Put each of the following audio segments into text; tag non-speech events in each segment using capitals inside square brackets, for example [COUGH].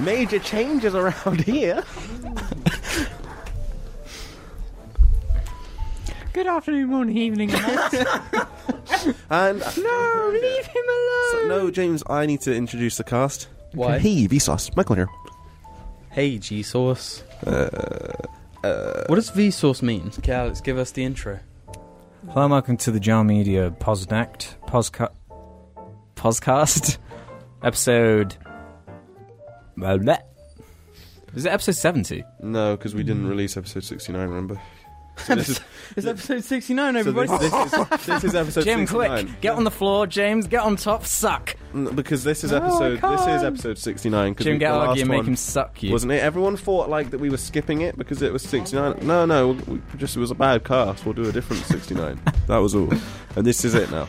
major changes around [LAUGHS] here. Good afternoon, morning, evening. And uh, no, leave him alone. so, no, James, I need to introduce the cast. Why? Hey, Vsauce, Michael here. [LAUGHS] Hey, G Source. Uh, what does V Source mean? Okay, Alex, give us the intro. Hello and welcome to the Jar Media Posnact Posca- Poscast [LAUGHS] episode. Blah, blah. Is it episode 70? No, because we didn't release episode sixty-nine. [LAUGHS] Remember? So this is, It's episode 69, so everybody. this, this is, this is episode 69. Jim, quick! Get on the floor, James, get on top, suck! N- because this is No, I episode. this is can't. episode sixty-nine. 'cause Jim, we- get the last argue and make one- him suck you. wasn't it? Everyone thought like that we were skipping it because it was 69. No, no, we we just it was a bad cast. We'll do a different 69. [LAUGHS] that was all. And this is it now.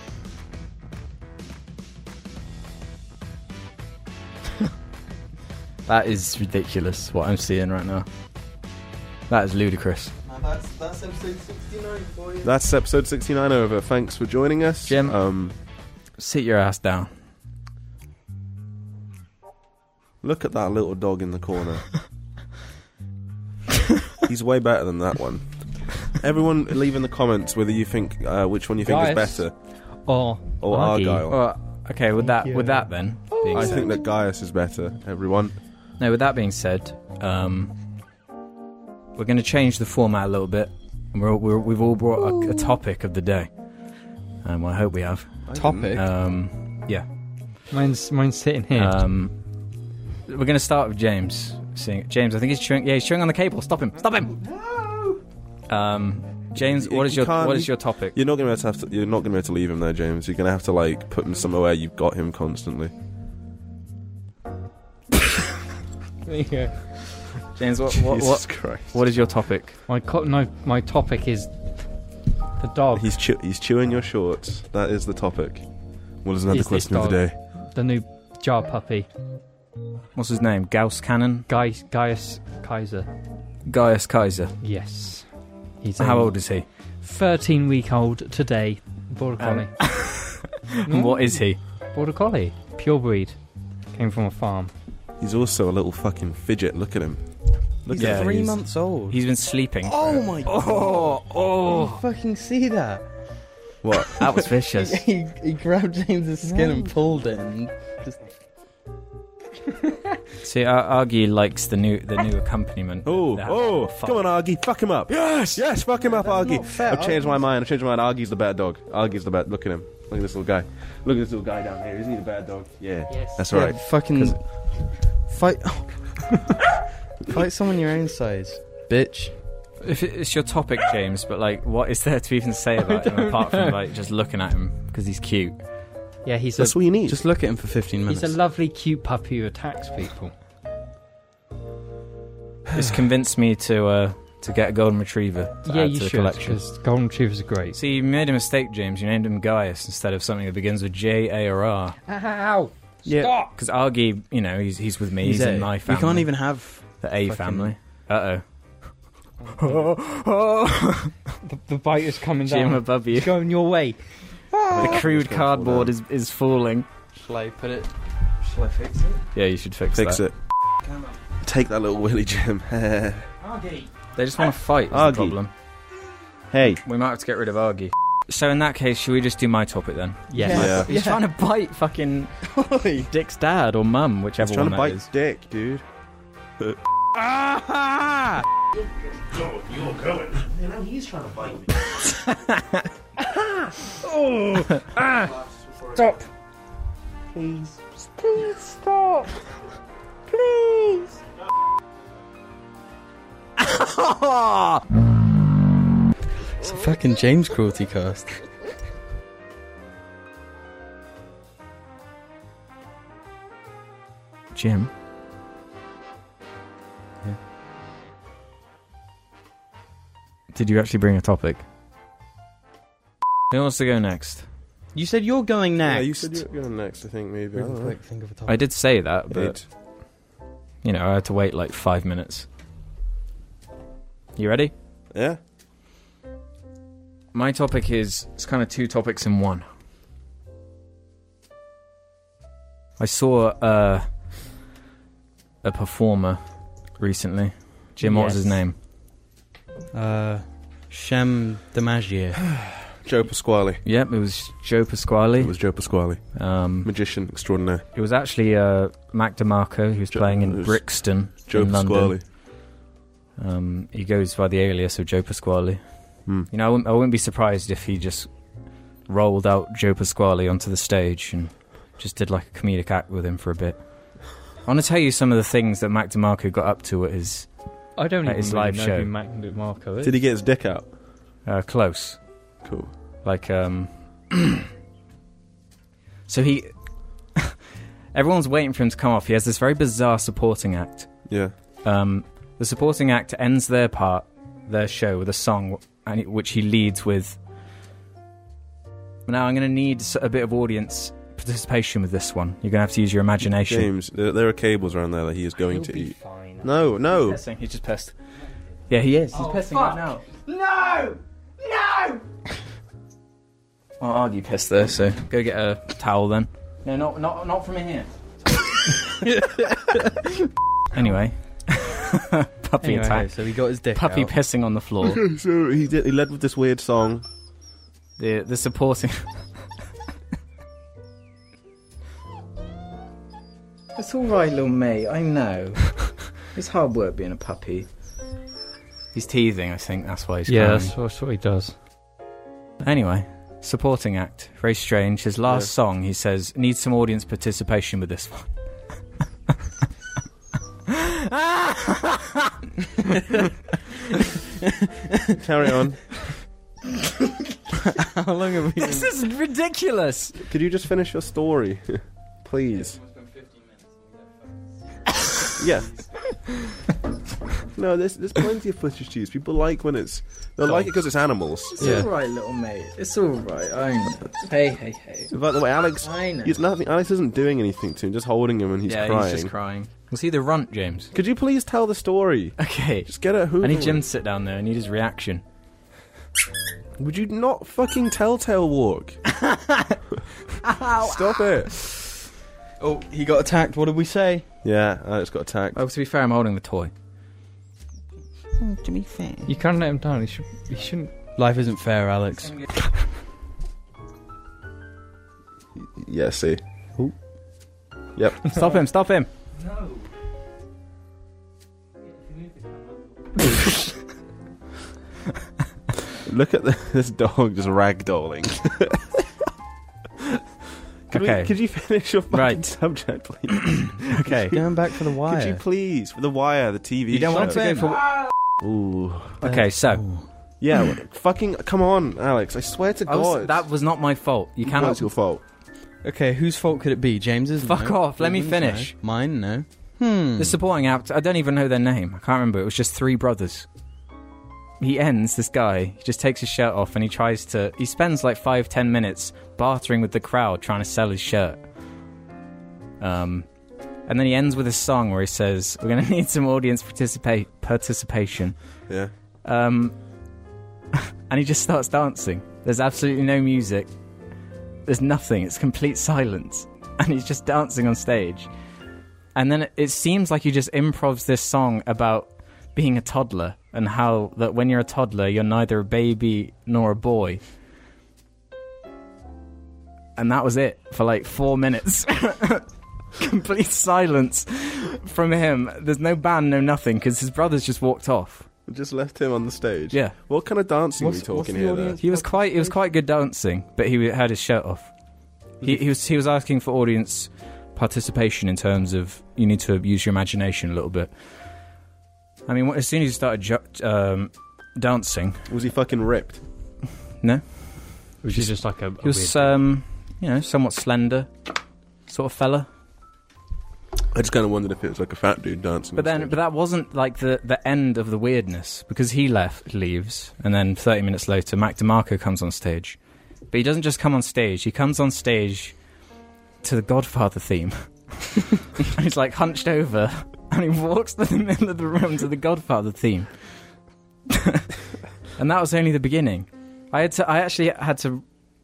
That is ridiculous, what I'm seeing right now. That is ludicrous. that's, that's episode 69 for you. That's episode 69 over. Thanks for joining us, Jim. Um, Sit your ass down. look at that little dog in the [LAUGHS] corner. He's way better than that one. Everyone, leave in the comments whether you think uh, which one you think is Guys. better Oh, or Argy. Argyle. Well, okay, with Thank that, you. with that then. Being I said, think that Gaius is better. Everyone, no, with that being said, um, we're going to change the format a little bit. And we're, all- we're, we've all brought a, a topic of the day. Um, well, I hope we have. Topic? Um, mine's mine's sitting here. Um, we're going to start with James. Seeing James, I think he's chewing. Yeah, he's chewing on the cable. Stop him! Stop him! Um, James, You- what is you your can't- what is your topic? you're not going to have to. You're not going to have to leave him there, James. You're going to have to like put him somewhere you've got him constantly. there you go. James, what what, Jesus what Christ. what is your topic? My co- no, my topic is the dog. He's chew- he's chewing your shorts. That is the topic. What is another Is this question of the dog- day? the new jar puppy, What's his name? Gauss Cannon, Guy Gaius Kaiser. Gaius Kaiser. Yes, he's How a old is he? Thirteen week old today. Border [LAUGHS] collie. Hmm? And Uh, what is he? Border collie, pure breed. Came from a farm. He's also a little fucking fidget. Look at him. Look He's Yeah, at him. three he's- months old. He's been sleeping. oh my Oh, I oh, fucking see [LAUGHS] that. What? that was vicious. He, he grabbed James's skin and pulled it. And just... See, Ar- Argy likes the new the new accompaniment. Oh, That- oh! fuck. Come on, Argy, fuck him up. Yes, yes, fuck him up, Argy. not fair. I've changed my mind. I've changed my mind. Argy's the bad dog. Argy's the bad. Look at him. Look at this little guy. Look at this little guy down here. Isn't he the bad dog? Yeah. Yes. That's right. Yeah, fucking. Fight. [LAUGHS] Fight someone your own size, bitch. If it- it's your topic, James, but like, what is there to even say about [LAUGHS] him apart from like just looking at him because he's cute? Yeah, he's That's a what you need. Just look at him for 15 minutes. he's a lovely, cute puppy who attacks people. It's convinced me to uh, to get a golden retriever. To yeah, add you to the should. collection. 'cause golden retrievers are great. See, you made a mistake, James. You named him Gaius instead of something that begins with J A or R. Ow! Yeah. Stop! Because Argy, you know, he's he's with me. He's, in my family. We can't even have. the A fucking- family. Uh The, the bite is coming oh, [LAUGHS] Jim down. above you. It's going your way. The crude cardboard is is falling. Shall I put it? Shall I fix it? Yeah, you should fix, fix that. it. Take that little willy, [LAUGHS] Jim. hey. They just want to fight. Is Uh, Argy. the problem. We might have to get rid of Argy. So in that case, should we just do my topic then? Yeah. Yes. He's trying to bite fucking Dick's dad or mum, whichever He's trying to one that bite is. dick, dude. Stop. It's a fucking James cruelty cast. Jim. Did you actually bring a topic? Who wants to go next? You said you're going next. Yeah, you said you were going next. I think maybe. I don't know. think of a topic. I did say that, but Eight. you know, I had to wait like five minutes. You ready? Yeah. My topic is it's kind of two topics in one. I saw uh, a performer recently. Jim, what was his Yes. name? Uh, Shem Damagier. Joe Pasquale. Yep, it was Joe Pasquale. It was Joe Pasquale, um, magician extraordinaire. it was actually uh, Mac DeMarco, who's Jo- playing it in was Brixton, Joe in London. Pasquale. Um, he goes by the alias of Joe Pasquale. Hmm. You know, I wouldn't, I wouldn't be surprised if he just rolled out Joe Pasquale onto the stage and just did like a comedic act with him for a bit. I want to tell you some of the things that Mac DeMarco got up to at his I don't At even his really live know show. who Mac DeMarco is. Did he get his dick out? uh, close. Cool. Like, um. [CLEARS THROAT] so he. [LAUGHS] everyone's waiting for him to come off. He has this very bizarre supporting act. Yeah. Um, the supporting act ends their part, their show, with a song, and it- which he leads with. Now I'm going to need s- a bit of audience participation with this one. You're going to have to use your imagination. James, there, there are cables around there that he is going He'll to be eat. fine. No, no. Pissing. He's just pissed. Yeah, he is. He's pissing right now. [LAUGHS] Well, argue pissed there, so. Go get a towel then. No, not not not from in here. [LAUGHS] anyway, [LAUGHS] puppy Anyway, attack. so he got his dick Puppy out. pissing on the floor. [LAUGHS] So he did, he led with this [LAUGHS] weird song. the the supporting. It's all right, little mate. I [LAUGHS] know. it's hard work being a puppy. He's teething. I think that's why he's. Yeah, crying. that's, that's what he does. Anyway, supporting act. Very strange. His last song, he says, needs some audience participation with this one. [LAUGHS] Carry on. [LAUGHS] How long have we? This is ridiculous. Could you just finish your story? [LAUGHS] Please. Yeah. No, there's there's plenty of footage to use. People like when it's they like it because it's animals. It's Yeah. all right, little mate. It's all right. I know. Hey, hey, hey. By the way, Alex, I know. he's nothing. Alex isn't doing anything to him, just holding him and he's yeah, crying. he's just crying. Was he the runt, James? Could you please tell the story? [LAUGHS] Okay. Just get a who? I need Jim to sit down there. I need his reaction. Would you not fucking [LAUGHS] telltale walk? Stop it. Oh, he got attacked. What did we say? Yeah, Alex got attacked. Oh, to be fair, I'm holding the toy. Hmm, To be fair. You can't let him down. He, should, he shouldn't. Life isn't fair, Alex. Yeah, see. [LAUGHS] Stop him! Stop him! Look at the, [LAUGHS] this dog just ragdolling. [LAUGHS] could, Okay. we, could you finish your fucking Right. subject, please? Okay. Going back for the Could you wire. please? For the wire, the TV. You don't want show. to go for. Ooh. Okay, so Oh. Yeah, well, fucking. Come on, Alex. I swear to Hmm. I God. was, that was not my fault. You No, cannot. it's your fault. okay, whose fault could it be? James's. Fuck No. off, let me Jordan's? finish. No. Mine, no. Hmm. The supporting act. I don't even know their name. I can't remember. It was just three brothers. He ends this guy. He just takes his shirt off and he tries to. He spends like five ten minutes bartering with the crowd trying to sell his shirt. Um, and then he ends with a song where he says, "We're gonna [LAUGHS] need some audience participate participation." Yeah. Um, [LAUGHS] and he just starts dancing. There's absolutely no music. There's nothing. It's complete silence. [LAUGHS] And he's just dancing on stage. And then it, it seems like he just improvs this song about being a toddler and how that when you're a toddler, you're neither a baby nor a boy. And that was it for like four minutes. [LAUGHS] complete silence from him. There's no band, no nothing, because his brothers just walked off. We just left him on the stage. Yeah. What kind of dancing What's- are we what's talking the here? audience? He was quite. He was quite good dancing, but he had his shirt off. He, he was. He was asking for audience participation in terms of you need to use your imagination a little bit. I mean, as soon as he started ju- um, dancing, There? Was he fucking ripped? Which is just like a. a he was, weird- um, you know, somewhat slender, sort of fella. I just kind of wondered if it was like a fat dude dancing. But then, but that wasn't like the the end of the weirdness because he left, leaves, and then 30 minutes later, Mac DeMarco comes on stage. But he doesn't just come on stage; he comes on stage to the Godfather theme. and he's like hunched over, and he walks to the middle of the room to the Godfather theme. [LAUGHS] and that was only the beginning. I had to, I actually had to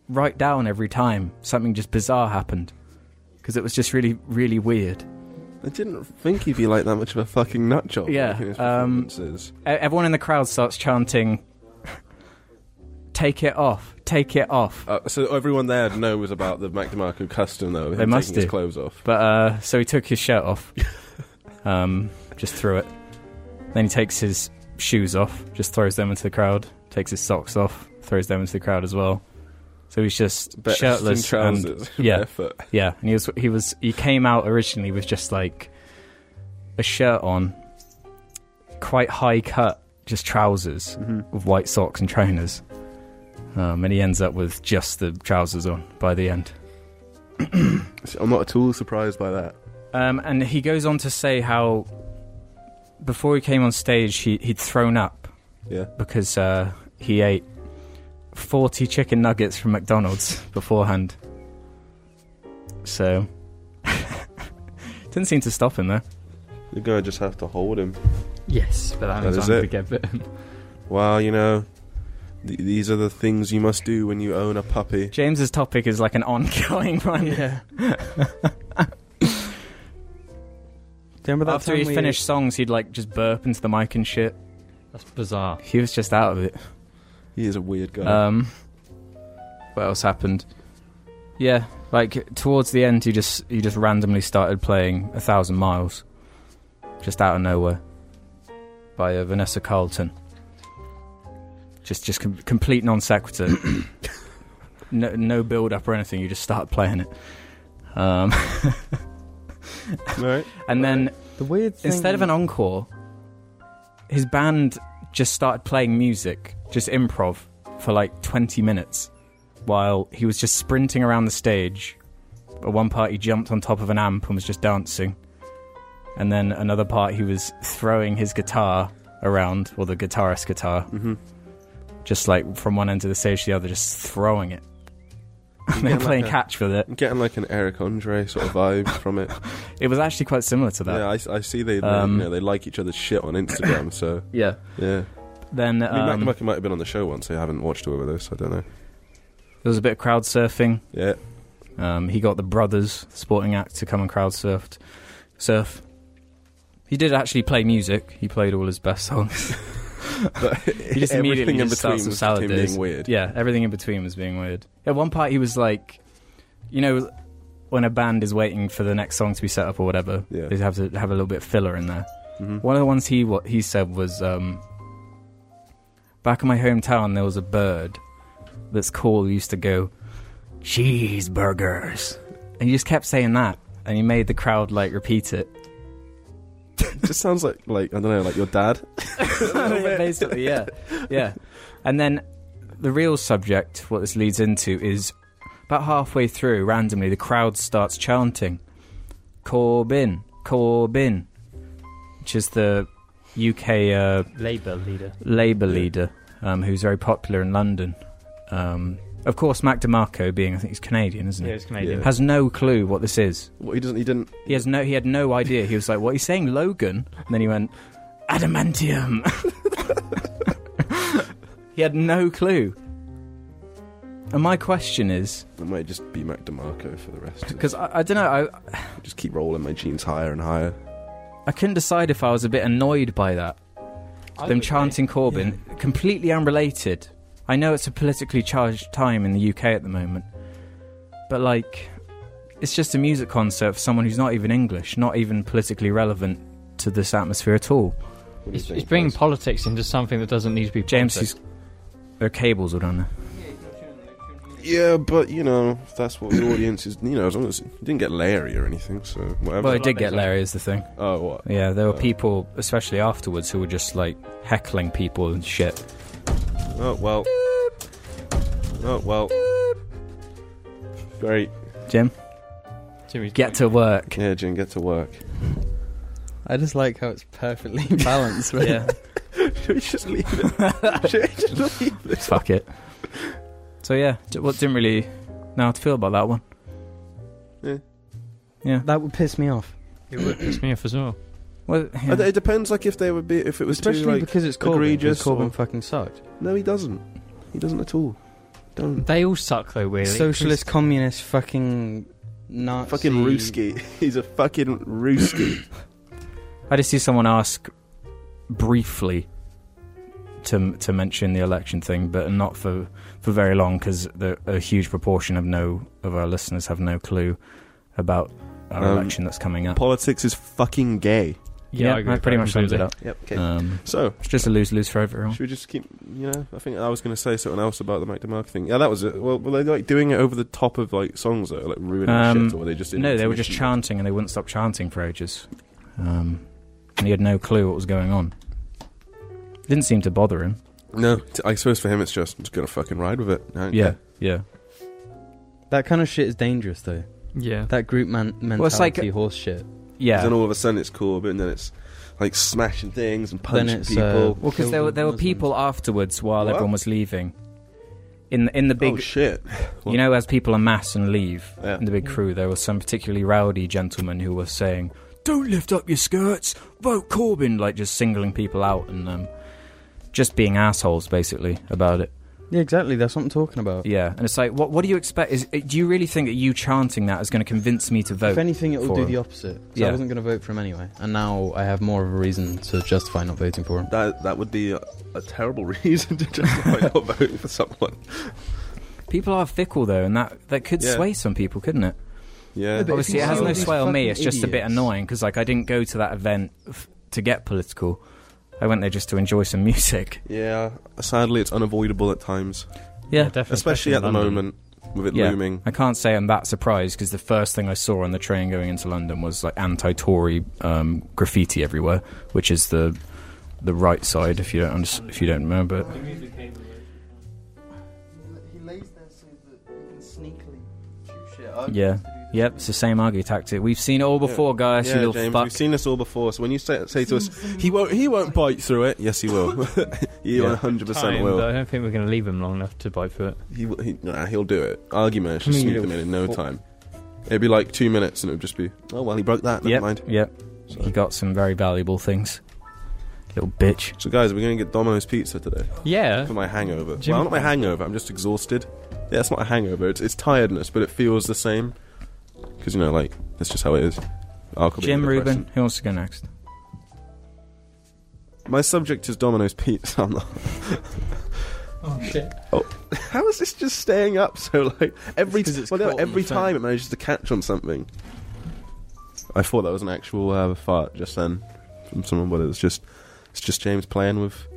write down every time something just bizarre happened because it was just really, really weird. I didn't think he'd be like that much of a fucking nutjob. Yeah, making his um, performances. E- Everyone in the crowd starts chanting, "Take it off! Take it off!" Uh, so everyone there knows about the Mac DeMarco custom though. of They him must taking his do. clothes off. But uh, so he took his shirt off, um, just threw it. Then he takes his shoes off, just throws them into the crowd. Takes his socks off, throws them into the crowd as well. So he's just But [LAUGHS] shirtless in trousers, [LAUGHS] and- yeah. barefoot. Yeah, and he was he was he came out originally with just like a shirt on, quite high cut, just trousers with white socks and trainers, um, and he ends up with just the trousers on by the end. So I'm not at all surprised by that. Um, and he goes on to say how before he came on stage, he he'd thrown up Yeah. because uh, he ate forty chicken nuggets from McDonald's beforehand. So. [LAUGHS] Didn't seem to stop him though. You're gonna just have to hold him. Yes, but that That means is I'm it. to get bitten. Well, you know, th- these are the things you must do when you own a puppy. James's topic is like an ongoing [LAUGHS] one. Yeah. Remember that After time he we- finished songs, he'd like just burp into the mic and shit. [LAUGHS] That's bizarre. He was just out of it. He is a weird guy. Um, what else happened? Yeah, like towards the end, he just he just randomly started playing a thousand miles, just out of nowhere, by uh, Vanessa Carlton. Just just com- complete non sequitur. [COUGHS] no no build up or anything. You just start playing it. Um, [LAUGHS] right. and then The weird thing. Instead of an encore, his band just started playing music, just improv, for like 20 minutes while he was just sprinting around the stage. At one part, he jumped on top of an amp and was just dancing. And then another part, he was throwing his guitar around, or the guitarist's guitar, Mm-hmm. [LAUGHS] just like from one end of the stage to the other, just throwing it. [LAUGHS] You And then get playing like a- catch with it. I'm getting like an Eric Andre sort of [LAUGHS] vibes from it. It was actually quite similar to that. Yeah, I, I see they, they, Um, you know, they like each other's shit on [COUGHS] Instagram. So Yeah. yeah, Then I mean, um, Mac DeMarco might have been on the show once. I haven't watched all of this. I don't know. there was a bit of crowd surfing. Yeah, Um, he got the brothers, the sporting act, to come and crowd surfed, surf. He did actually play music. He played all his best songs. [LAUGHS] but he just [LAUGHS] immediately everything in just between starts with was salad him days. being weird. yeah, everything in between was being weird. At one part, he was like, you know, when a band is waiting for the next song to be set up or whatever, Yeah. they have to have a little bit of filler in there. Mhm. One of the ones he what he said was, um, back in my hometown, there was a bird that's call used to go cheeseburgers, and he just kept saying that, and he made the crowd like repeat it. just sounds like like I don't know, like your dad. Basically, yeah, yeah. And then the real subject, what this leads into, is about halfway through, randomly, the crowd starts chanting Corbyn, Corbyn, which is the UK uh, Labour leader. Labour Yeah. leader um, who's very popular in London. Um, of course, Mac DeMarco, being I think he's Canadian, isn't Yeah, he, it's Canadian. Yeah. has no clue what this is. Well, he doesn't. He didn't. He has no. He had no idea. He was like, "What? He's saying Logan?" And then he went, "Adamantium." [LAUGHS] he had no clue. And my question is, It might just be Mac DeMarco for the rest. because I, I don't know, I, just keep rolling my jeans higher and higher. I couldn't decide if I was a bit annoyed by that. I them would chanting Corbyn, completely unrelated. I know it's a politically charged time in the UK at the moment, but like, it's just a music concert for someone who's not even English, not even politically relevant to this atmosphere at all. What do you It's, think, it's bringing guys? politics into something that doesn't need to be. James, politics. he's there are cables all down there. Yeah, but you know that's what the audience is. You know, as long as it didn't get Larry or anything, so whatever. Well, it did get Larry is the thing. oh, what? Yeah, there were Oh. people, especially afterwards, who were just like heckling people and shit. Oh well. Oh well. Great. Jim, Jimmy's get to work. Yeah, Jim, get to work. I just like how it's perfectly [LAUGHS] balanced. with [LAUGHS] [LAUGHS] Yeah, Should we just leave it? [LAUGHS] Should we just leave this? fuck it. So yeah, d- what didn't really know how to feel about that one. Yeah. Yeah. That would piss me off. It would piss me off as well. Well, yeah. It depends, like if there would be, if it was Especially too like. because it's Corbyn. egregious Because Corbyn or- fucking sucked. No, he doesn't. He doesn't at all. Don't. They all suck though, weirdly. Socialist, communist, fucking Nazi. Fucking Ruski. [LAUGHS] He's a fucking [CLEARS THROAT] Ruski. I just see someone ask briefly to to mention the election thing, but not for for very long because a huge proportion of no of our listeners have no clue about our Um, election that's coming up. Politics is fucking gay. Yeah, I agree that with pretty that much sums it completely. up. Yep. Okay. Um, so, it's just a lose lose for everyone. should we just keep? You know, I think I was going to say something else about the Mac DeMarco thing. Yeah, that was it. Well, were they like doing it over the top of like songs though, like ruining Um, shit, or were they just in No, they were just intermission? chanting and they wouldn't stop chanting for ages. Um, and he had no clue what was going on. Didn't seem to bother him. No, t- I suppose for him it's just I'm just gonna fucking ride with it. I don't Yeah, care. yeah. That kind of shit is dangerous, though. Yeah. That group man- mentality it's like- horse shit. Yeah. 'Cause Then all of a sudden it's cool, but then it's like smashing things and punching Then it's, uh, people. Well, because there were there were people afterwards while What? everyone was leaving. In in the oh big, shit! you know, as people amass and leave Yeah. in the big crew, there were some particularly rowdy gentlemen who were saying, "Don't lift up your skirts, vote Corbyn," like just singling people out and um, just being assholes basically about it. Yeah, exactly. That's what I'm talking about. Yeah, and it's like, what what do you expect? Is do you really think that you chanting that is going to convince me to vote? If anything, it will for do him. the opposite. 'cause Yeah. I wasn't going to vote for him anyway, and now I have more of a reason to justify not voting for him. That that would be a, a terrible [LAUGHS] reason to justify not voting for someone. people are fickle though, and that that could Yeah. sway some people, couldn't it? Yeah, Yeah, but Obviously, you it see has all no these sway on me. fucking It's just a bit idiots- annoying because, like, I didn't go to that event f- to get political. I went there just to enjoy some [LAUGHS] music. yeah. Sadly, it's unavoidable at times, Yeah, definitely. especially in at the London. moment with it Yeah. looming. I can't say I'm that surprised because the first thing I saw on the train going into London was like anti-Tory um, graffiti everywhere, which is the the right side. If you don't under- if you don't remember, it. He lays there so that you can sneakily shoot shit. I Yeah. used to do that. yep, it's the same argue tactic. We've seen it all before, guys. Yeah, you little James, fuck. we've seen this all before. So when you say, say to us, he won't, he won't bite through it. Yes, he will. [LAUGHS] he Yeah. one hundred percent Time, will. but I don't think we're going to leave him long enough to bite for it. He, will- he nah, he'll do it. Argument, just I mean, sneak them in in no fuck. time. It'd be like two minutes, and it would just be, oh well, he broke that. Never yep, mind. yep. So- He got some very valuable things. Little bitch. So guys, we're gonna get Domino's pizza today Yeah. for my hangover. Jim- well, not my hangover. I'm just exhausted. Yeah, it's not a hangover. It's, it's tiredness, but it feels the same. Because you know, like that's just how it is. Alcohol Jim depression. Rubin. Who wants to go next? My subject is Domino's pizza. I'm not. Oh, shit. [LAUGHS] How is this just staying up so like every It's 'cause it's well, no, caught on every the thing. time it manages to catch on something? I thought that was an actual uh, fart just then from someone, but it was just it's just James playing with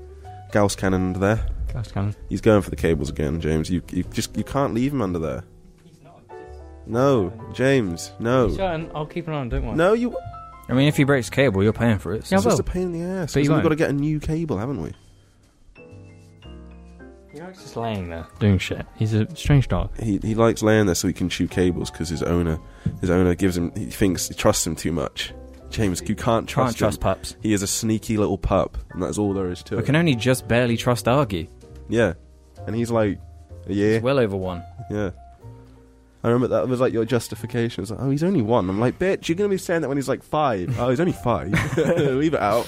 Gauss cannon under there. That's kind He's going for the cables again, James. You you just you can't leave him under there. No, James. No, I'll keep an eye on don't worry. no. You. I mean, if he breaks cable, you're paying for it. so- Yeah, it's just well. a pain in the ass. But 'cause he we've won't. got to get a new cable, haven't we? You know, it's just laying there doing shit. He's a strange dog. He he likes laying there so he can chew cables because his owner his owner gives him he thinks he trusts him too much. James, you can't Can't trust him. trust pups. He is a sneaky little pup, and that's all there is to We it. can only just barely trust Argy. yeah, and he's like, yeah, He's well over one. yeah. I remember that was like your justification. It's like, oh, he's only one. I'm like, bitch, you're gonna be saying that when he's like five. oh, he's only five. [LAUGHS] Leave it out.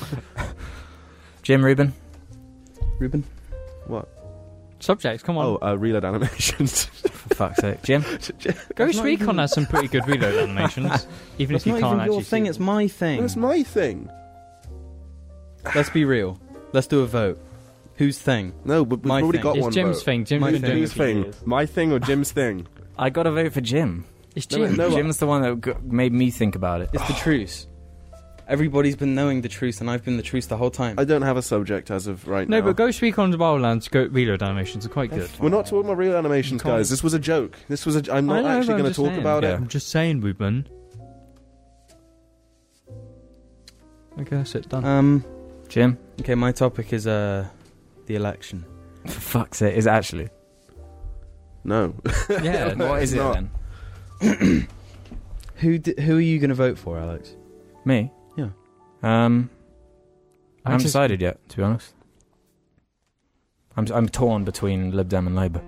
Jim Rubin. Ruben? Subjects, come on. Oh, uh, reload animations. [LAUGHS] For fuck's sake. Jim. Ghost not Recon even- has some pretty good reload animations, even if That's you not can't even actually. your thing, see it's them. my thing. that's my thing. Let's be real. Let's do a vote. Whose thing? No, but we've My already thing. got It's one. Jim's vote. thing. Jim's My been doing it Jim's for thing. years. My thing or Jim's thing? I got to vote for Jim. It's No, Jim. no, no. Jim's the one that g- made me think about it. It's [SIGHS] the truth. Everybody's been knowing the truth, and I've been the truth the whole time. I don't have a subject as of right No, now. but Ghost Recon Wildlands go- reload animations are quite good. We're not talking about real animations, You can't- guys. This was a joke. This was a. I'm I know, not but actually I'm going to just talk saying. about Yeah. it. I'm just saying, Ruben. Okay, that's it. Done. Um. Jim. Okay, my topic is uh, the election. For fuck's sake. Is it actually? No, yeah. [LAUGHS] no, what it's is it not. then? Who d- who are you going to vote for, Alex? Me? Yeah. Um, I I haven't just- decided yet, to be honest. I'm, I'm torn between Lib Dem and Labour.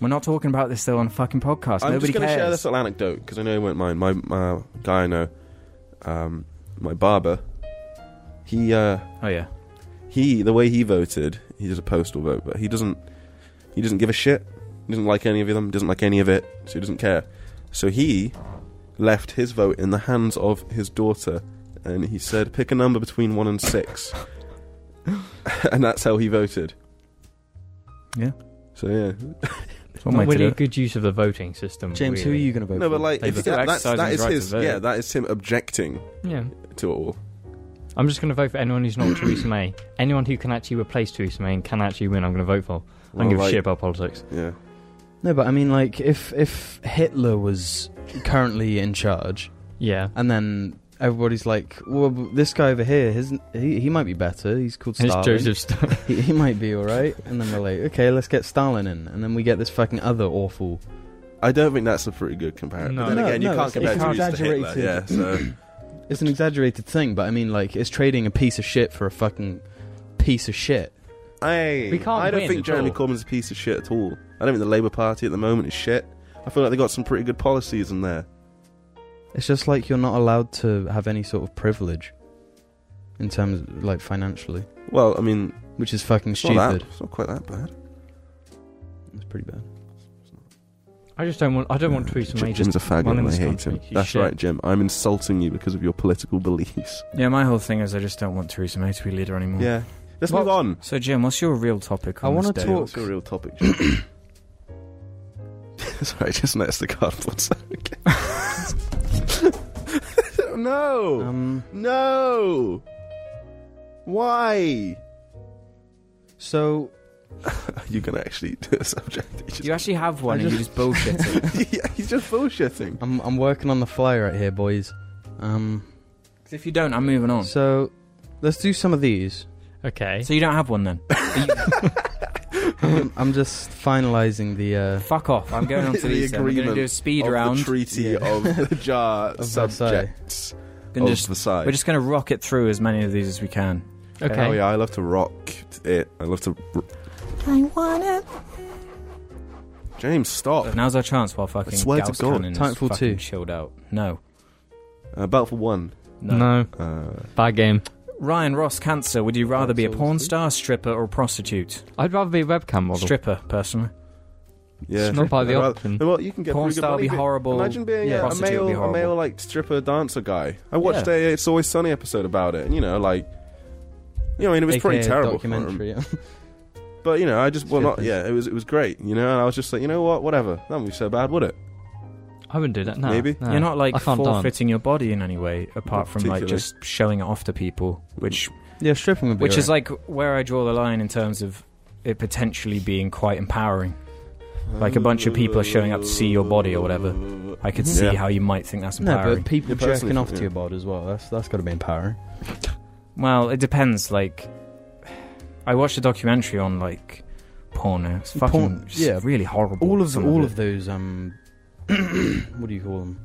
We're not talking about this though on a fucking podcast. I'm Nobody just going to cares. share this little anecdote because I know you won't mind. My, my guy I know, um, my barber, he uh, Oh yeah. he the way he voted, he does a postal vote, but he doesn't he doesn't give a shit. He doesn't like any of them, doesn't like any of it, so he doesn't care. So he left his vote in the hands of his daughter, and he said, pick a number between one and six. [LAUGHS] and that's how he voted. Yeah. So, yeah. That's one Not way really to do a it. good use of the voting system. James, who are really. you going to vote No, for? but like, They if vote. that, that's, Exercising that is right to his. vote. Yeah, that is him objecting Yeah, to it all. I'm just going to vote for anyone who's not [CLEARS THROAT] Theresa May. Anyone who can actually replace Theresa May and can actually win, I'm going to vote for. I don't Well, give a like- shit about politics. Yeah. no, but I mean, like, if if Hitler was currently in charge, Yeah, and then everybody's like, well, b- this guy over here, his, he he might be better. He's called it's Stalin. Joseph Stalin. He, he might be all right. And then we're like, okay, let's get Stalin in, and then we get this fucking other awful. I don't think that's a pretty good comparison. No. But then No, again, you no, can't it's- compare it's Theresa to Hitler. exaggerated. Yeah, so It's an exaggerated thing, but I mean, like, it's trading a piece of shit for a fucking piece of shit. I, We can't I don't win think at Jeremy all. Corbyn's a piece of shit at all. I don't think the Labour Party at the moment is shit. I feel like they got some pretty good policies in there. It's just like you're not allowed to have any sort of privilege in terms of, like financially, Well, I mean, which is fucking it's not, that, stupid. it's not quite that bad. It's pretty bad. I just don't want. I don't want Yeah, Theresa Jim- May. Jim's just a faggot running and I this hate country. him. He's That's shit. right, Jim. I'm insulting you because of your political beliefs. Yeah, my whole thing is I just don't want Theresa May to be leader Mm. anymore. Yeah. Let's Well, move on. So, Jim, what's your real topic? I on wanna this day? talk- What's your real topic, Jim? [COUGHS] Sorry, just noticed the cardboard. so- [LAUGHS] no! Um, no! Why? so Are you going to actually [LAUGHS] do a subject? You just- You actually have one, I and you just- [LAUGHS] just bullshit it. yeah, he's just bullshitting. I'm I'm working on the fly right here, boys. Um, 'Cause if you don't, I'm moving on. so let's do some of these. Okay. So you don't have one then? I'm, I'm just finalizing the. Uh, Fuck off! I'm going on [LAUGHS] to The these. then. We're going to agreement do a speed of round. The treaty Yeah. of [LAUGHS] the jar Of subjects Gonna of just- the side. we're just going to rocket through as many of these as we can. Okay. Oh yeah, I love to rock it. I love to. r- I wanna James, stop. But now's our chance while fucking I swear to Gauss God. Cannon is Titanfall fucking 2. chilled out. No, Uh, About for one. no. no. Uh, Bad game. Ryan Ross Cancer. Would you rather be a That's porn always good. star, stripper, or prostitute? I'd rather be a webcam model. Stripper, personally. yeah. Not by the Well, option. Well, you can get porn pretty good star would money, be but horrible. Imagine being Yeah, a, a prostitute would male, be a horrible. male like stripper dancer guy. I watched a It's Always Sunny episode about it, and you know, like, you know, I mean, it was pretty AKA terrible. for him. Documentary. But you know, I just well, not Strippers. yeah, it was it was great, you know, and I was just like, you know what, whatever, that wouldn't be so bad, would it? I wouldn't do that. No. Maybe. No. You're not like I can't dance. forfeiting your body in any way, apart from like particularly. just showing it off to people, which [LAUGHS] yeah, stripping would be. which is alright. like where I draw the line in terms of it potentially being quite empowering. Like a bunch of people are showing up to see your body or whatever. I could see Mm-hmm. Yeah. how you might think that's no, empowering. but people Yeah, personally, jerking off yeah. to your bod as well. That's that's got to be empowering. Well, it depends. Like, I watched a documentary on like porno. It's fucking Porn- it's yeah. really horrible. all of some all it. of those um [CLEARS THROAT] what do you call them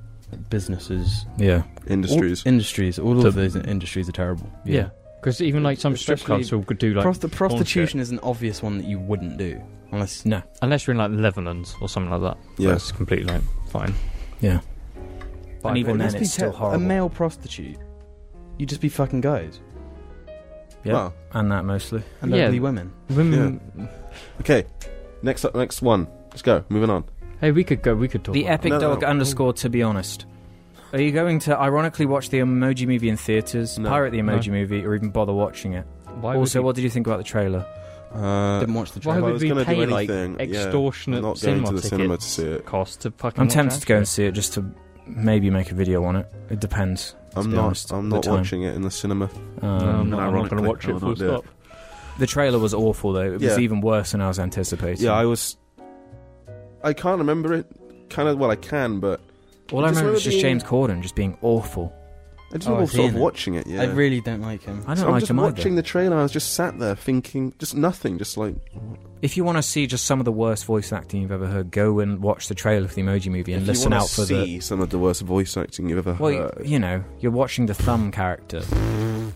businesses yeah. industries. all, industries all The- of those industries are terrible Yeah. Because even like some strip Especially clubs will do like, Prost- prostitution is an obvious one that you wouldn't do unless No. unless you're in like the Netherlands or something like that. Oh, Yeah. It's completely like fine. Yeah. But And I even wouldn't- then, Let's be it's still ter- horrible. a male prostitute you'd just be fucking guys Yeah. Well, and that mostly. and Yeah. ugly women women. okay. Next up, next one. Let's go. Moving on. Hey, we could go. We could talk. The about epic No, no, dog no. underscore. To be honest, are you going to ironically watch the Emoji Movie in theaters, No. pirate the Emoji Movie, or even bother watching it? it. Why also, would what did you think about the trailer? Uh, didn't watch the why if trailer I would was we gonna do pay like anything, yeah, extortionate I'm not going cinema to the cinema to tickets? see it. cost to fucking? I'm watch tempted to go and Astro? see it just to maybe make a video on it. It depends. I'm be not. honest, I'm the not time. watching it in the cinema. No, I'm Um, not, ironically, going to watch I will it. Full not do it. stop. The trailer was awful though. It was Yeah. even worse than I was anticipating. Yeah, I was. I can't remember it. Kind of. Well, I can, but All Just I remember remember was just being- James Corden just being awful. I just Oh, remember I've sort of seen it. watching it. Yeah. I really don't like him I don't So I'm like just him watching either. the trailer. I was just sat there thinking, just nothing. Just like If you want to see just some of the worst voice acting you've ever heard, go and watch the trailer for the Emoji Movie and if listen you out for see some of the worst voice acting you've ever the. Well, you, heard. you know, you're watching the thumb character. Um,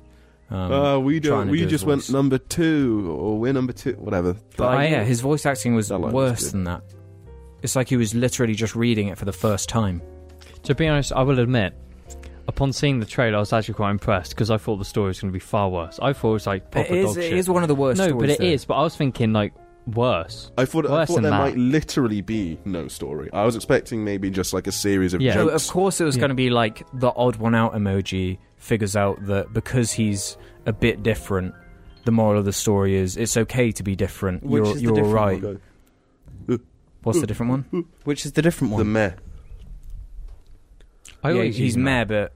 Uh, we trying don't. to We do his just voice. went number two, or we're number two, whatever. but uh, Like, yeah, his voice acting was That line was worse good. than that. It's like he was literally just reading it for the first time. To be honest, I will admit, upon seeing the trailer, I was actually quite impressed because I thought the story was going to be far worse. I thought it was like proper it is, dog it shit. is one of the worst. no, but stories it is. But I was thinking like worse. I thought, I Worse thought than there that. might literally be no story. I was expecting maybe just like a series of Yeah. jokes. So, So of course it was Yeah. going to be like the odd one out emoji figures out that because he's a bit different, the moral of the story is it's okay to be different. Which you're is the you're different Uh, alright. one? What's the different one? Which is the different The one? meh. I yeah, always use he's that. mayor, but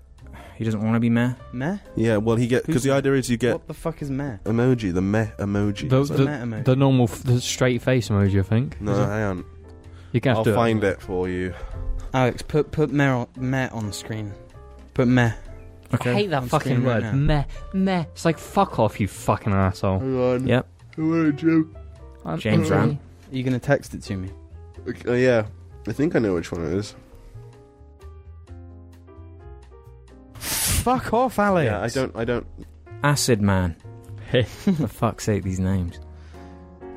he doesn't want to be mayor. meh? Yeah, well, he get because the idea is you get What the fuck is meh? emoji, the meh emoji. The- It's like, the- meh emoji. The normal, f- the straight face emoji. I think. no, Is it? hang on. you can have I'll to uh, do find it for you. Alex, put put meh on, meh on the screen. Put meh. I hate that I'm fucking screaming word. right now. meh, meh. It's like fuck off, you fucking asshole. Hang on. Yep. Hello, Joe. I'm James angry. Ram. Are you gonna text it to me? Okay, uh, yeah, I think I know which one it is. Fuck off, Oh, Alex. Yeah, I don't. I don't. Acid man. For fuck's sake, these names.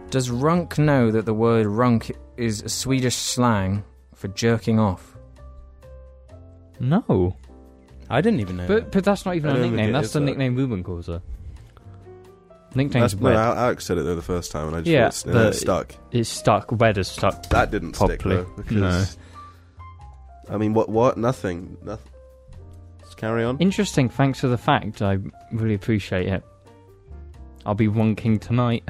Does Runk know that the word Runk is a Swedish slang for jerking off? [LAUGHS] No, I didn't even know. but but that's not even I a don't think nickname. it That's is the that. nickname Ruben calls her. Nickname's That's, no, Wed. Al- Alex said it though the first time, and I just Yeah, thought it- and the- it stuck. It's stuck. Wed is stuck. That didn't stick Properly. though. Because, I mean, what? What? Nothing. Nothing. Let's carry on. Interesting. Thanks for the fact. I really appreciate it. I'll be wonking tonight.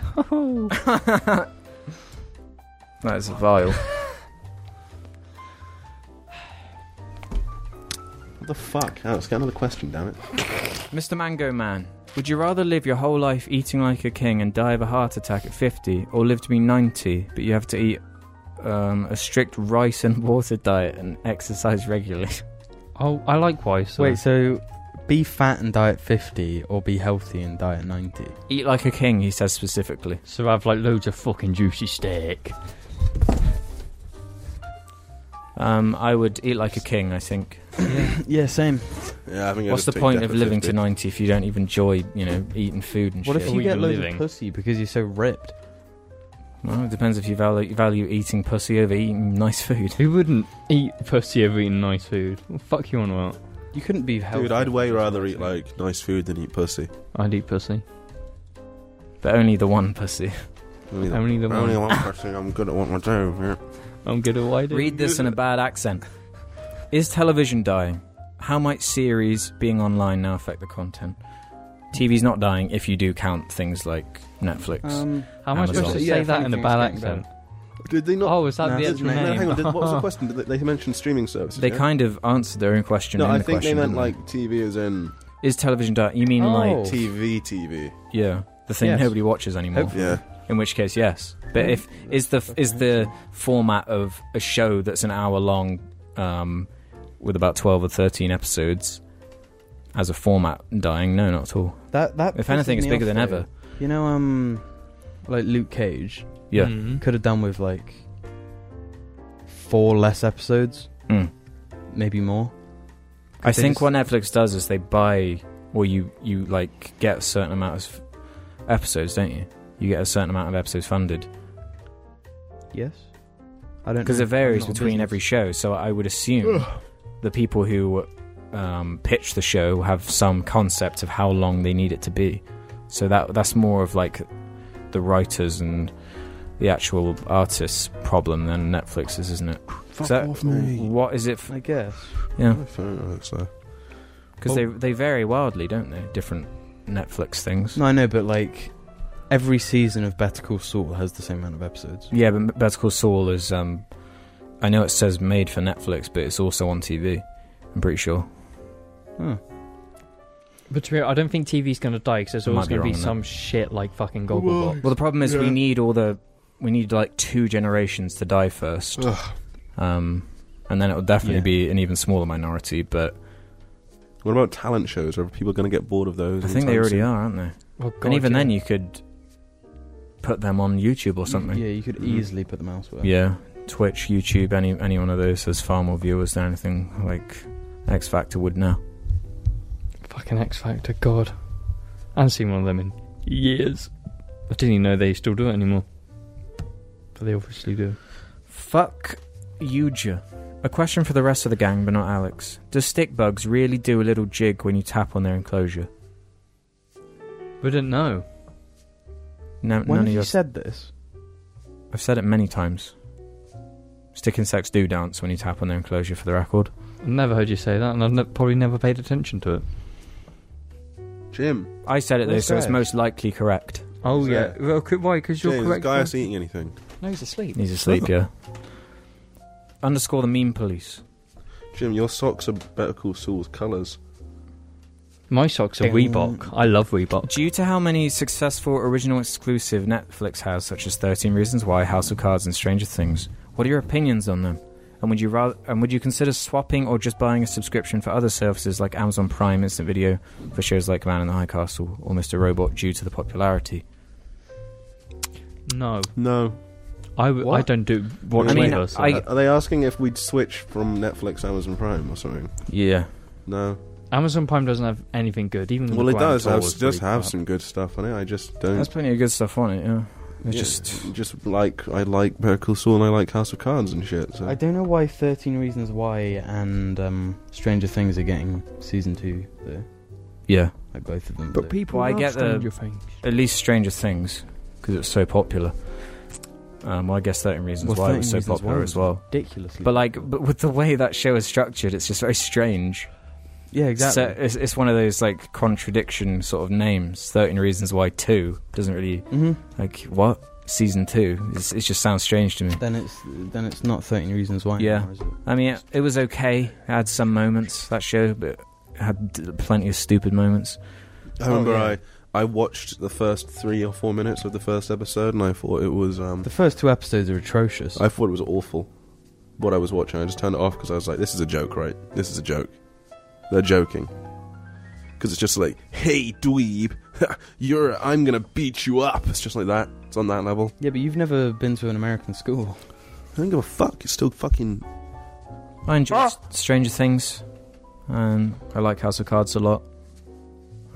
that is vile. What the fuck? Alex, Oh, get another question, damn it. Mr. Mango Man, would you rather live your whole life eating like a king and die of a heart attack at 50, or live to be 90, but you have to eat um, a strict rice and [LAUGHS] water diet and exercise regularly? [LAUGHS] Oh, I likewise. So Wait, so be fat and die at 50 or be healthy and die at 90? eat like a king, he says specifically. so I have like loads of fucking juicy steak. Um, I would eat like a king, I think. [LAUGHS] yeah, same. Yeah, I think I just What's the take point death at of living 50. to 90 if you don't even enjoy, you know, eating food and What shit? if Are you we get even loads living? of pussy because you're so ripped? Well, it depends if you value, value eating pussy over eating nice food. Who wouldn't eat pussy over eating nice food? Well, fuck you on what? You couldn't be healthy. Dude, I'd way rather eat like nice food than eat pussy. I'd eat pussy. But only the one pussy. Only the- Only the I only one. want pussy. I'm good at what I do. Yeah. I'm good at why Read this in a bad accent. Is television dying? How might series being online now affect the content? TV's not dying if you do count things like Netflix. Um, How am I supposed Amazon. to Yeah, say that in a everything's bad getting accent? Did they not? Oh, is that No, the that's actual right. No, name? hang on. Did, what [LAUGHS] was [LAUGHS] the question? Did They they mentioned streaming services. they yeah? kind of answered their own question. No, in I the think they question, meant didn't like TV as in Is television dying? You mean Oh. like, TV, TV. yeah, the thing Yes. nobody watches anymore. Hopefully. Yeah. In which case, yes. But if is the is the format of a show that's an hour long, um, with about twelve or thirteen episodes, as a format dying? No, not at all. That, that If pisses anything, it's me bigger off, than though. ever. You know, um, like Luke Cage Yeah. Mm. could have done with like four less episodes, Mm. maybe more. I They think just- what Netflix does is they buy, or you you like get a certain amount of episodes, don't you? You get a certain amount of episodes funded Yes, I don't because know. it varies I'm Mm-hmm. not a between business. every show. So I would assume the people who um, pitch the show have some concept of how long they need it to be. So that that's more of like the writers and the actual artists' problem than Netflix's, isn't it? Fuck that- off me. What is it? F- I guess. yeah, My phone looks like- because Oh. they they vary wildly, don't they? Different Netflix things. No, I know, but like every season of Better Call Saul has the same amount of episodes. Yeah, but Better Call Saul is. Um, I know it says made for Netflix, but it's also on TV. I'm pretty sure. But to be, honest, I don't think TV's going to die because there's I might always be going to be some wrong, shit like fucking Gogglebot. Well, the problem is we Yeah. need all the we need like two generations to die first, um, and then it will definitely Yeah. be an even smaller minority. But What about talent shows? Are people going to get bored of those? I think they anytime already soon? are, aren't they? Well, Oh, God, and even yeah. then, you could put them on YouTube or something. Hmm. Yeah, you could Mhm. easily put them elsewhere. Yeah, Twitch, YouTube, any any one of those has far more viewers than anything like X Factor would now. Fucking X Factor, God. I haven't seen one of them in years. I didn't even know they still do it anymore. But they obviously do. Fuck Yuja. A question for the rest of the gang, but not Alex. Does stick bugs really do a little jig when you tap on their enclosure? We didn't know. No, When none have of you your said this? I've said it many times. Stick insects do dance when you tap on their enclosure for the record. I've never heard you say that, and I've ne- probably never paid attention to it. Jim. I said it though, What's so it's that? most likely correct. Oh Is yeah. it? Well, c- why? Because you're James, correct. Gaius eating anything? no, he's asleep. He's asleep, yeah. Underscore the meme police. Jim, your socks are Better Call Saul's colours. My socks are Ding. Reebok. I love Reebok. Due to how many successful original exclusive Netflix has, such as 13 Reasons Why, House of Cards, and Stranger Things, what are your opinions on them? And would you rather, and would you consider swapping or just buying a subscription for other services like Amazon Prime Instant Video for shows like Man in the High Castle or Mr. Robot due to the popularity? No, No. I, w- I What? don't do watch I mean, either, so- I- are they asking if we'd switch from Netflix, Amazon Prime, or something? Yeah. No. Amazon Prime doesn't have anything good. Even Well, Mm, the it Grand does. Tour Have, was does really have crap. some good stuff on it. I just don't. There's plenty of good stuff on it, yeah. It's yeah, just just like I like Better Call Saul and I like House of Cards and shit. So I don't know why 13 Reasons Why and um, Stranger Things are getting season 2, though. yeah. Like both of them. But though. people, Well, I love get the- Stranger Things. At least Stranger Things because it's so popular. Um, well, I guess 13 Reasons Well, Why was 13 so Reasons popular Why as was- well. ridiculously. But like, but with the way that show is structured, it's just very strange. yeah, exactly. So it's, it's one of those like contradiction sort of names. Thirteen Reasons Why Two doesn't really hmm like what season two. It's, it just sounds strange to me. Then it's then it's not 13 Reasons Why. Yeah. Anymore, is it? I mean, it, it was okay. It had some moments that show, but it had d- plenty of stupid moments. I remember Oh, yeah. I I watched the first three or four minutes of the first episode and I thought it was um The first two episodes are atrocious. I thought it was awful. What I was watching, I just turned it off because I was like, "This is a joke, right? This is a joke. They're joking." Because it's just like, "Hey, dweeb, [LAUGHS] you're I'm gonna beat you up." It's just like that. It's on that level. yeah, but you've never been to an American school. I don't give a fuck. It's still fucking I enjoyed S- Stranger Things. Um, I like House of Cards a lot.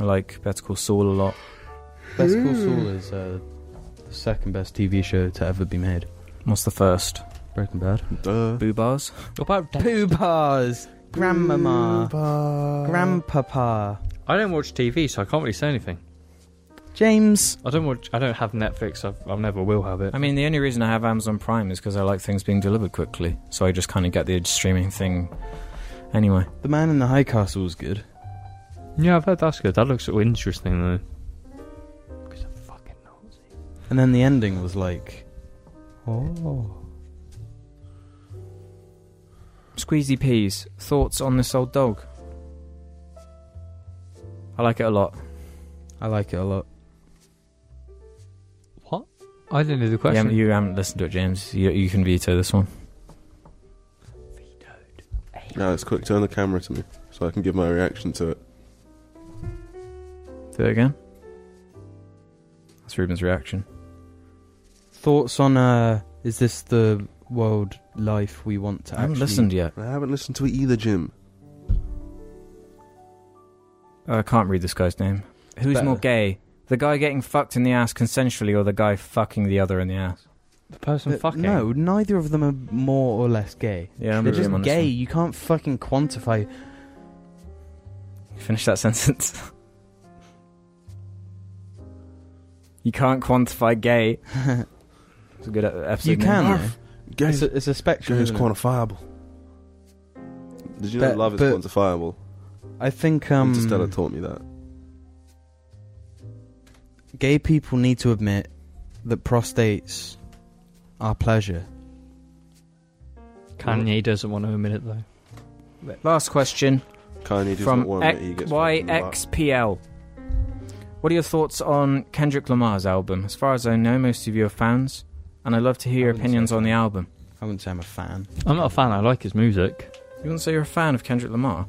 I like Better Call Saul a lot. Best Call Saul is uh, the second best TV show to ever be made. What's the first? Breaking Bad. duh. Boo Bars. What about Poo bars, grandmama, grandpapa, I don't watch TV, so I can't really say anything. James. I don't watch. I don't have Netflix. I've, I never will have it. I mean, the only reason I have Amazon Prime is because I like things being delivered quickly. So I just kind of get the streaming thing anyway. The Man in the High Castle was good. yeah, I've heard that's good. That looks so interesting though. Because I'm fucking nosy. And then the ending was like, oh. Squeezy Peas, thoughts on this old dog? I like it a lot. I like it a lot. What? I didn't know the You question. haven't, you haven't listened to it, James. You, you can veto this one. Now it's quick. Turn the camera to me so I can give my reaction to it. Do it again. That's Ruben's reaction. Thoughts on uh, is this the world life we want to I haven't actually? listened yet. I haven't listened to it either, Jim. Oh, I can't read this guy's name. Who's Better. more gay? The guy getting fucked in the ass consensually or the guy fucking the other in the ass? the person Th- fucking. Uh, No, neither of them are more or less gay. Yeah, I'm They're with Ruben just on this gay. one. You can't fucking quantify. Finish that [LAUGHS] sentence. you can't quantify [LAUGHS] gay. It's a good e- episode. you name. can. though. Gay It's a, it's a spectrum. is isn't it? quantifiable. Did you know But- love is but- quantifiable? I think um, Interstellar taught me that. gay people need to admit that prostates are pleasure. Kanye doesn't want to admit it though. Last question Kanye does from not want it. He X- gets YXPL. What are your thoughts on Kendrick Lamar's album? As far as I know, most of you are fans, and I'd love to I hear your wouldn't say opinions on fan. the album. I wouldn't say I'm a fan. I'm not a fan. I like his music. You wouldn't say you're a fan of Kendrick Lamar?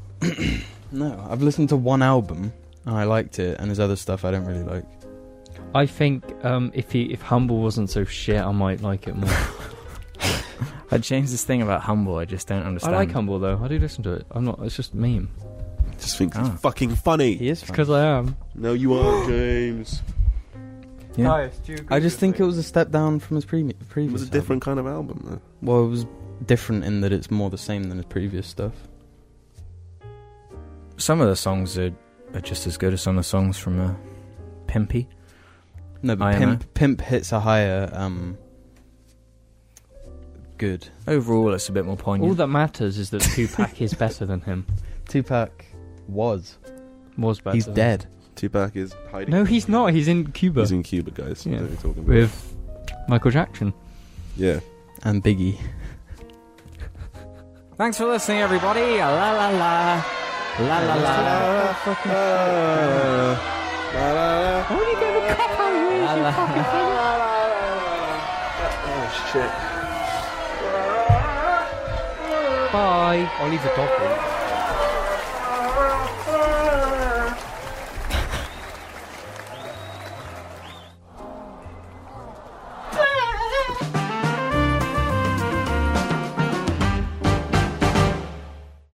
No, I've listened to one album and I liked it, and his other stuff I don't really like. I think um, if he if Humble wasn't so shit, I might like it more. I changed this thing about humble. I just don't I understand. like Humble though. I do listen to it. I'm not. It's just meme. Just think Ah. it's fucking funny. He is It's because I am. No, you [GASPS] aren't, James. Yeah. I just think it was a step down from his pre- It previous. was a album. different kind of album, though. Well, it was different in that it's more the same than his previous stuff. Some of the songs are, are just as good as some of the songs from uh, Pimpy. No, but I am Pimp Pimp hits a higher um good. Overall, it's a bit more All poignant. that matters is that Tupac is better than him. Tupac was. Was better. He's dead. Tupac is hiding. No, he's not. He's in Cuba He's in Cuba, guys. Yeah. What are we talking about? with Michael Jackson. Yeah. And Biggie. Thanks for listening, everybody. La la la. La la la. La la. Bye. I'll leave the dog.